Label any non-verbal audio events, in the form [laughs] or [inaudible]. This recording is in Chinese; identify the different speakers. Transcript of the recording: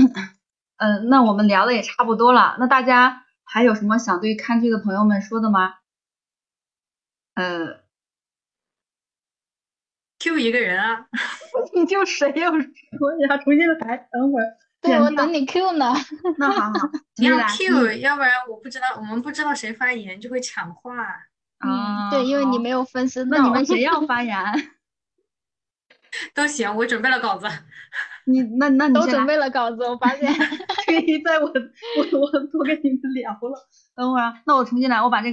Speaker 1: 嗯、呃，那我们聊的也差不多了，那大家还有什么想对看剧的朋友们说的吗？呃， [laughs]
Speaker 2: 就一个人啊，
Speaker 1: 你就谁又说呀？重新来，等会儿。
Speaker 3: 对，我等你 Q 呢。
Speaker 1: 啊那好
Speaker 3: [laughs]
Speaker 1: 好，
Speaker 2: 你要 Q，
Speaker 1: 嗯
Speaker 2: 要不然我不知道，我们不知道谁发言就会抢话。
Speaker 3: 嗯，
Speaker 1: 啊，
Speaker 3: 对，因为你
Speaker 1: 好
Speaker 3: 没有分身
Speaker 1: 那
Speaker 3: 到
Speaker 1: 你们谁要发言？ [laughs]
Speaker 2: 都行，我准备了稿子。
Speaker 1: 你那那你
Speaker 3: 都
Speaker 1: 先来
Speaker 3: 准备了稿子，我发现。
Speaker 1: [laughs] 对，在我我我我跟你们聊了，等会儿啊，那我重新来，我把这个。